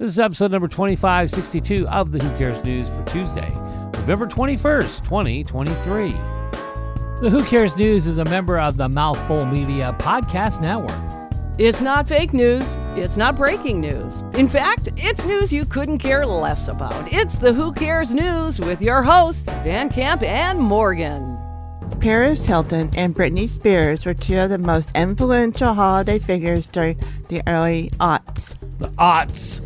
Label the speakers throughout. Speaker 1: This is episode number 2562 of the Who Cares News for Tuesday, November 21st, 2023. The Who Cares News is a member of the Mouthful Media Podcast Network.
Speaker 2: It's not fake news. It's not breaking news. In fact, it's news you couldn't care less about. It's the Who Cares News with your hosts, Van Camp and Morgan.
Speaker 3: Paris Hilton and Britney Spears were two of the most influential holiday figures during the early aughts.
Speaker 1: The odds.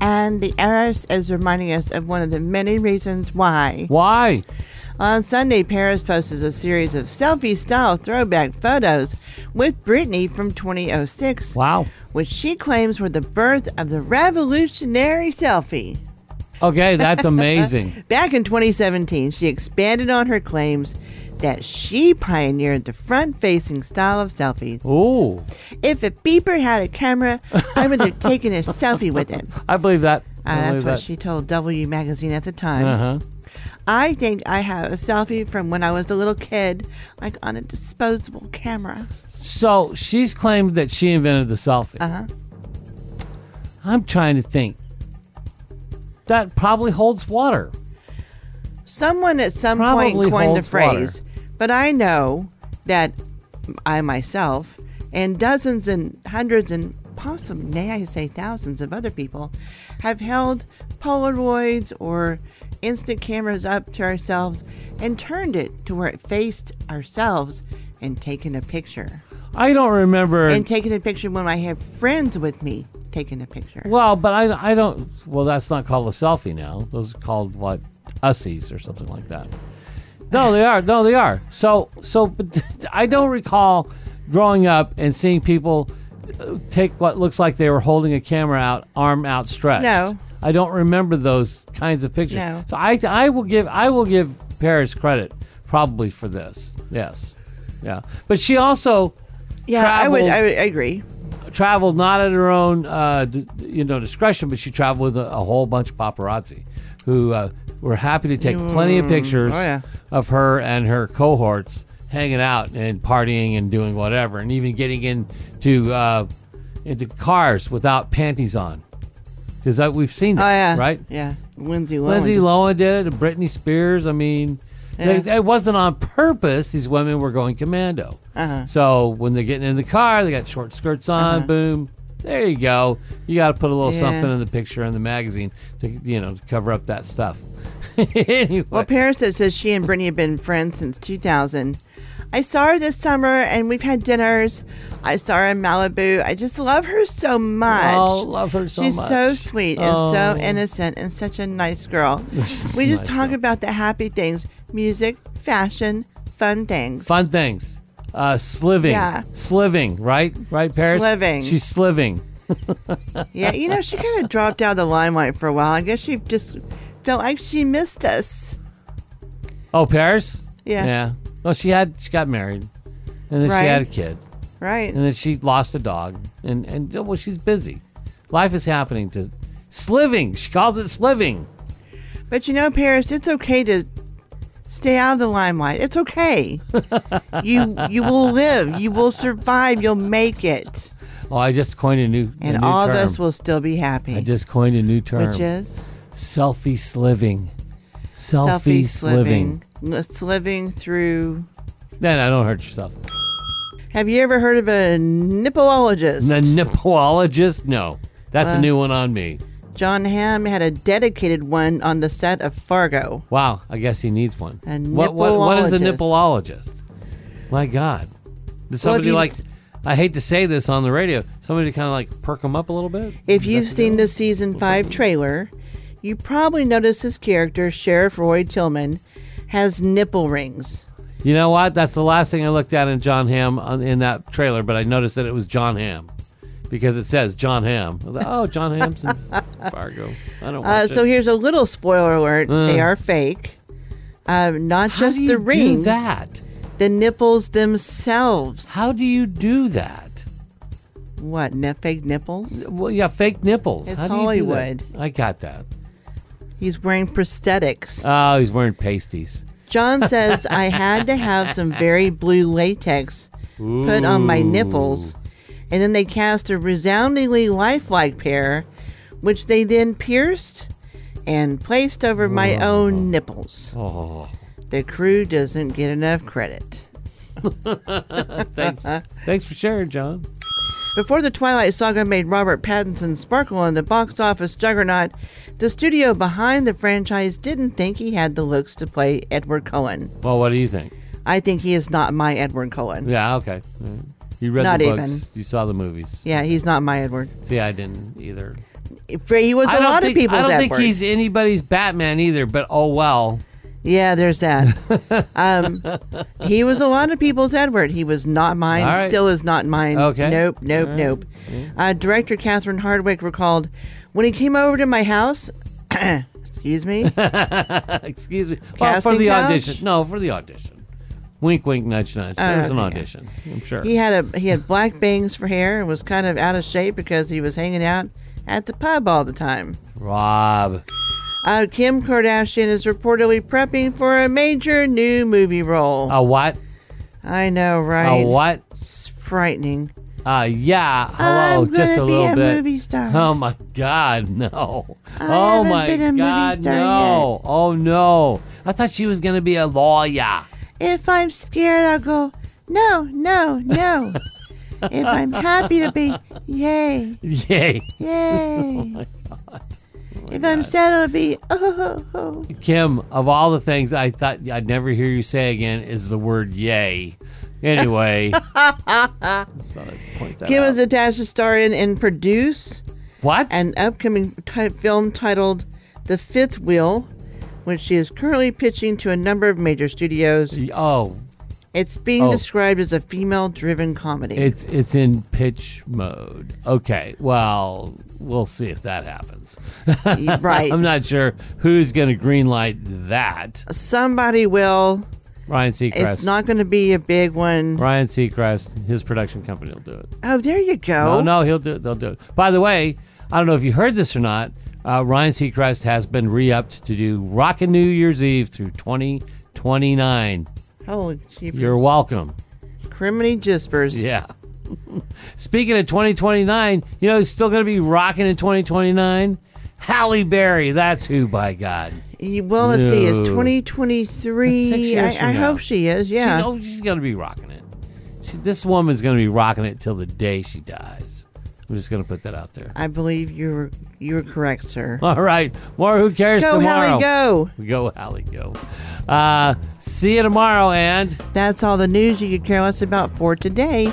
Speaker 3: And the heiress is reminding us of one of the many reasons why.
Speaker 1: Why?
Speaker 3: On Sunday, Paris posted a series of selfie style throwback photos with Britney from 2006,
Speaker 1: Wow.
Speaker 3: which she claims were the birth of the revolutionary selfie.
Speaker 1: Okay, that's amazing.
Speaker 3: Back in 2017, she expanded on her claims that she pioneered the front facing style of selfies.
Speaker 1: Ooh,
Speaker 3: If a beeper had a camera, I would have taken a selfie with him.
Speaker 1: I believe that.
Speaker 3: Uh,
Speaker 1: I believe
Speaker 3: that's what
Speaker 1: that.
Speaker 3: she told W Magazine at the time.
Speaker 1: Uh-huh.
Speaker 3: I think I have a selfie from when I was a little kid, like on a disposable camera.
Speaker 1: So she's claimed that she invented the selfie. Uh-huh. I'm trying to think. That probably holds water.
Speaker 3: Someone at some
Speaker 1: Probably
Speaker 3: point coined the
Speaker 1: holds water.
Speaker 3: phrase, but I know that I myself and dozens and hundreds and possibly, may I say, thousands of other people have held Polaroids or instant cameras up to ourselves and turned it to where it faced ourselves and taken a picture.
Speaker 1: I don't remember.
Speaker 3: And taken a picture when I have friends with me taking a picture.
Speaker 1: Well, but I, I don't. Well, that's not called a selfie now. Those are called what ussies or something like that. No, they are. No, they are. So so, but I don't recall growing up and seeing people uh, take what looks like they were holding a camera out, arm outstretched.
Speaker 3: No.
Speaker 1: I don't remember those kinds of pictures.
Speaker 3: No.
Speaker 1: So I I will give I will give Paris credit probably for this. Yes. Yeah. But she also
Speaker 3: yeah, I would,
Speaker 1: traveled-
Speaker 3: I would I agree.
Speaker 1: traveled not at her own, uh, d- you know, discretion, but she traveled with a, a whole bunch of paparazzi who uh, were happy to take plenty of pictures
Speaker 3: Oh, yeah.
Speaker 1: of her and her cohorts hanging out and partying and doing whatever, and even getting into uh, into cars without panties on, because we've seen that,
Speaker 3: Oh yeah,
Speaker 1: right?
Speaker 3: Yeah, Lindsay Lohan.
Speaker 1: Lindsay Lohan did it, and Britney Spears. I mean, they-
Speaker 3: Yeah.
Speaker 1: it wasn't on purpose. These women were going commando.
Speaker 3: Uh-huh.
Speaker 1: So when they're getting in the car, they got short skirts on. Boom. There you go. You got to put a little
Speaker 3: Yeah.
Speaker 1: something in the picture in the magazine to you know to cover up that stuff. anyway,
Speaker 3: Well, Paris says says she and Brittany have been friends since 2000. I saw her this summer, and we've had dinners. I saw her in Malibu. I just love her so much.
Speaker 1: Oh, love her so
Speaker 3: She's
Speaker 1: much.
Speaker 3: so sweet and
Speaker 1: Oh.
Speaker 3: so innocent and such a nice girl.
Speaker 1: She's
Speaker 3: we
Speaker 1: a
Speaker 3: just
Speaker 1: nice
Speaker 3: talk
Speaker 1: girl.
Speaker 3: about the happy things: music, fashion, fun things.
Speaker 1: fun things. Uh, sliving.
Speaker 3: Yeah.
Speaker 1: Sliving. Right. Right. Paris.
Speaker 3: Sliving.
Speaker 1: She's sliving.
Speaker 3: Yeah, you know, she kind of dropped out of the limelight for a while. I guess she just felt like she missed us.
Speaker 1: Oh, Paris.
Speaker 3: Yeah.
Speaker 1: Yeah. Well, she had she got married, and then she
Speaker 3: Right.
Speaker 1: had a kid.
Speaker 3: Right.
Speaker 1: and then she lost a dog and and well she's busy life is happening to sliving she calls it sliving
Speaker 3: But you know, Paris, it's okay to stay out of the limelight. It's okay. you you will live. You will survive. You'll make it,
Speaker 1: oh i just coined a new a
Speaker 3: and
Speaker 1: new
Speaker 3: all
Speaker 1: term.
Speaker 3: of us will still be
Speaker 1: i
Speaker 3: happy.
Speaker 1: just coined a new term
Speaker 3: which is
Speaker 1: selfie sliving selfie,
Speaker 3: selfie
Speaker 1: sliving
Speaker 3: sliving. It's living through.
Speaker 1: then i don't hurt yourself
Speaker 3: Have you ever heard of a nippleologist?
Speaker 1: the nippleologist no that's a
Speaker 3: Uh,
Speaker 1: new one on me
Speaker 3: John Hamm had a dedicated one on the set of Fargo.
Speaker 1: wow i guess he needs one
Speaker 3: A
Speaker 1: what, what, what is a
Speaker 3: nippleologist.
Speaker 1: nippleologist my god Does
Speaker 3: Well, if
Speaker 1: somebody
Speaker 3: you
Speaker 1: like
Speaker 3: s-
Speaker 1: i hate to say this on the radio somebody kind of like perk him up a little bit
Speaker 3: If
Speaker 1: Is
Speaker 3: you've
Speaker 1: that the
Speaker 3: seen
Speaker 1: deal?
Speaker 3: the season 5 trailer, you probably noticed his character, Sheriff Roy Tillman, has nipple rings.
Speaker 1: You know what? That's the last thing I looked at in John Hamm on, in that trailer, but I noticed that it was John Hamm because it says John Hamm. I was like, oh, John Hamm's in Fargo. I don't
Speaker 3: Uh,
Speaker 1: watch
Speaker 3: so
Speaker 1: it. Uh.
Speaker 3: here's a little spoiler alert they are fake. Um, not
Speaker 1: How
Speaker 3: just
Speaker 1: do you
Speaker 3: the rings,
Speaker 1: do that?
Speaker 3: the nipples themselves.
Speaker 1: How do you do that?
Speaker 3: What, n- fake nipples?
Speaker 1: Well, yeah, fake nipples.
Speaker 3: It's
Speaker 1: How do you do that?
Speaker 3: Hollywood.
Speaker 1: I got that.
Speaker 3: He's wearing prosthetics.
Speaker 1: Oh, he's wearing pasties.
Speaker 3: John says, I had to have some very blue latex put on my nipples. And then they cast a resoundingly lifelike pair which they then pierced and placed over my own nipples.
Speaker 1: Oh,
Speaker 3: The crew doesn't get enough credit.
Speaker 1: thanks. thanks for sharing, John.
Speaker 3: Before the Twilight Saga made Robert Pattinson sparkle in the box office juggernaut, the studio behind the franchise didn't think he had the looks to play Edward Cullen.
Speaker 1: Well, what do you think?
Speaker 3: I think he is not my Edward Cullen.
Speaker 1: Yeah, okay. Mm. You read
Speaker 3: Not
Speaker 1: the
Speaker 3: even.
Speaker 1: books. You saw the movies.
Speaker 3: Yeah, he's not my Edward.
Speaker 1: See, I didn't either.
Speaker 3: For- He was
Speaker 1: I
Speaker 3: a
Speaker 1: don't
Speaker 3: lot
Speaker 1: think,
Speaker 3: of people's
Speaker 1: I don't
Speaker 3: Edward.
Speaker 1: think he's anybody's Batman either. But oh well.
Speaker 3: Yeah, there's that. um, he was a lot of people's Edward. He was not mine.
Speaker 1: All right.
Speaker 3: Still is not mine.
Speaker 1: Okay.
Speaker 3: Nope, nope, nope. Uh, director Catherine Hardwick recalled when he came over to my house. excuse me.
Speaker 1: Excuse me. Well, for
Speaker 3: Casting
Speaker 1: the
Speaker 3: couch?
Speaker 1: audition. No, for the audition. Wink, wink, nudge, nudge. There was an
Speaker 3: okay.
Speaker 1: audition. I'm sure.
Speaker 3: he had a he had black bangs for hair and was kind of out of shape because he was hanging out at the pub all the time.
Speaker 1: Rob.
Speaker 3: Uh, Kim Kardashian is reportedly prepping for a major new movie role.
Speaker 1: A what?
Speaker 3: I know, right?
Speaker 1: A Oh. what?
Speaker 3: It's frightening.
Speaker 1: Uh, yeah. Hello,
Speaker 3: I'm
Speaker 1: just a
Speaker 3: gonna be
Speaker 1: little
Speaker 3: a
Speaker 1: bit.
Speaker 3: movie star.
Speaker 1: Oh my God, no! oh
Speaker 3: haven't
Speaker 1: my
Speaker 3: been a movie
Speaker 1: God,
Speaker 3: star
Speaker 1: no! Oh no! I thought she was gonna be a lawyer.
Speaker 3: If I'm scared, I'll go, no, no, no. if I'm happy to be, yay,
Speaker 1: Yay,
Speaker 3: yay. if I'm sad, I'll be, oh, oh, oh.
Speaker 1: Kim! Of all the things I thought I'd never hear you say again is the word "yay." Anyway, just thought I'd point that
Speaker 3: Kim
Speaker 1: out.
Speaker 3: is attached to star in and produce
Speaker 1: what?
Speaker 3: an upcoming ti- film titled The Fifth Wheel, which she is currently pitching to a number of major studios.
Speaker 1: oh,
Speaker 3: It's being
Speaker 1: Oh.
Speaker 3: described as a female driven comedy.
Speaker 1: It's it's in pitch mode. Okay. Well, we'll see if that happens.
Speaker 3: right.
Speaker 1: I'm not sure who's going to greenlight that.
Speaker 3: Somebody will.
Speaker 1: Ryan Seacrest.
Speaker 3: It's not going to be a big one.
Speaker 1: Ryan Seacrest. His production company will do it.
Speaker 3: Oh, there you go.
Speaker 1: Oh no, he'll do it. They'll do it. By the way, I don't know if you heard this or not. Uh, Ryan Seacrest has been re-upped to do Rockin' New Year's Eve through 2029.
Speaker 3: Holy jeepers.
Speaker 1: You're welcome.
Speaker 3: Criminy Jispers.
Speaker 1: Yeah. Speaking of 2029, you know, it's still going to be rocking in 2029. Halle Berry, that's who, by God.
Speaker 3: You- Well, let's see. It's
Speaker 1: No.
Speaker 3: 2023.
Speaker 1: That's six years
Speaker 3: I, I
Speaker 1: from now.
Speaker 3: hope she is. Yeah.
Speaker 1: She's, oh, she's going to be rocking it. She, this woman's going to be rocking it till the day she dies. I'm just going to put that out there.
Speaker 3: I believe you were you were correct, sir.
Speaker 1: All right. More Who Cares
Speaker 3: Go,
Speaker 1: tomorrow.
Speaker 3: Hallie, go.
Speaker 1: Go, Halle, go. Uh, see you tomorrow, and.
Speaker 3: That's all the news you could care less about for today.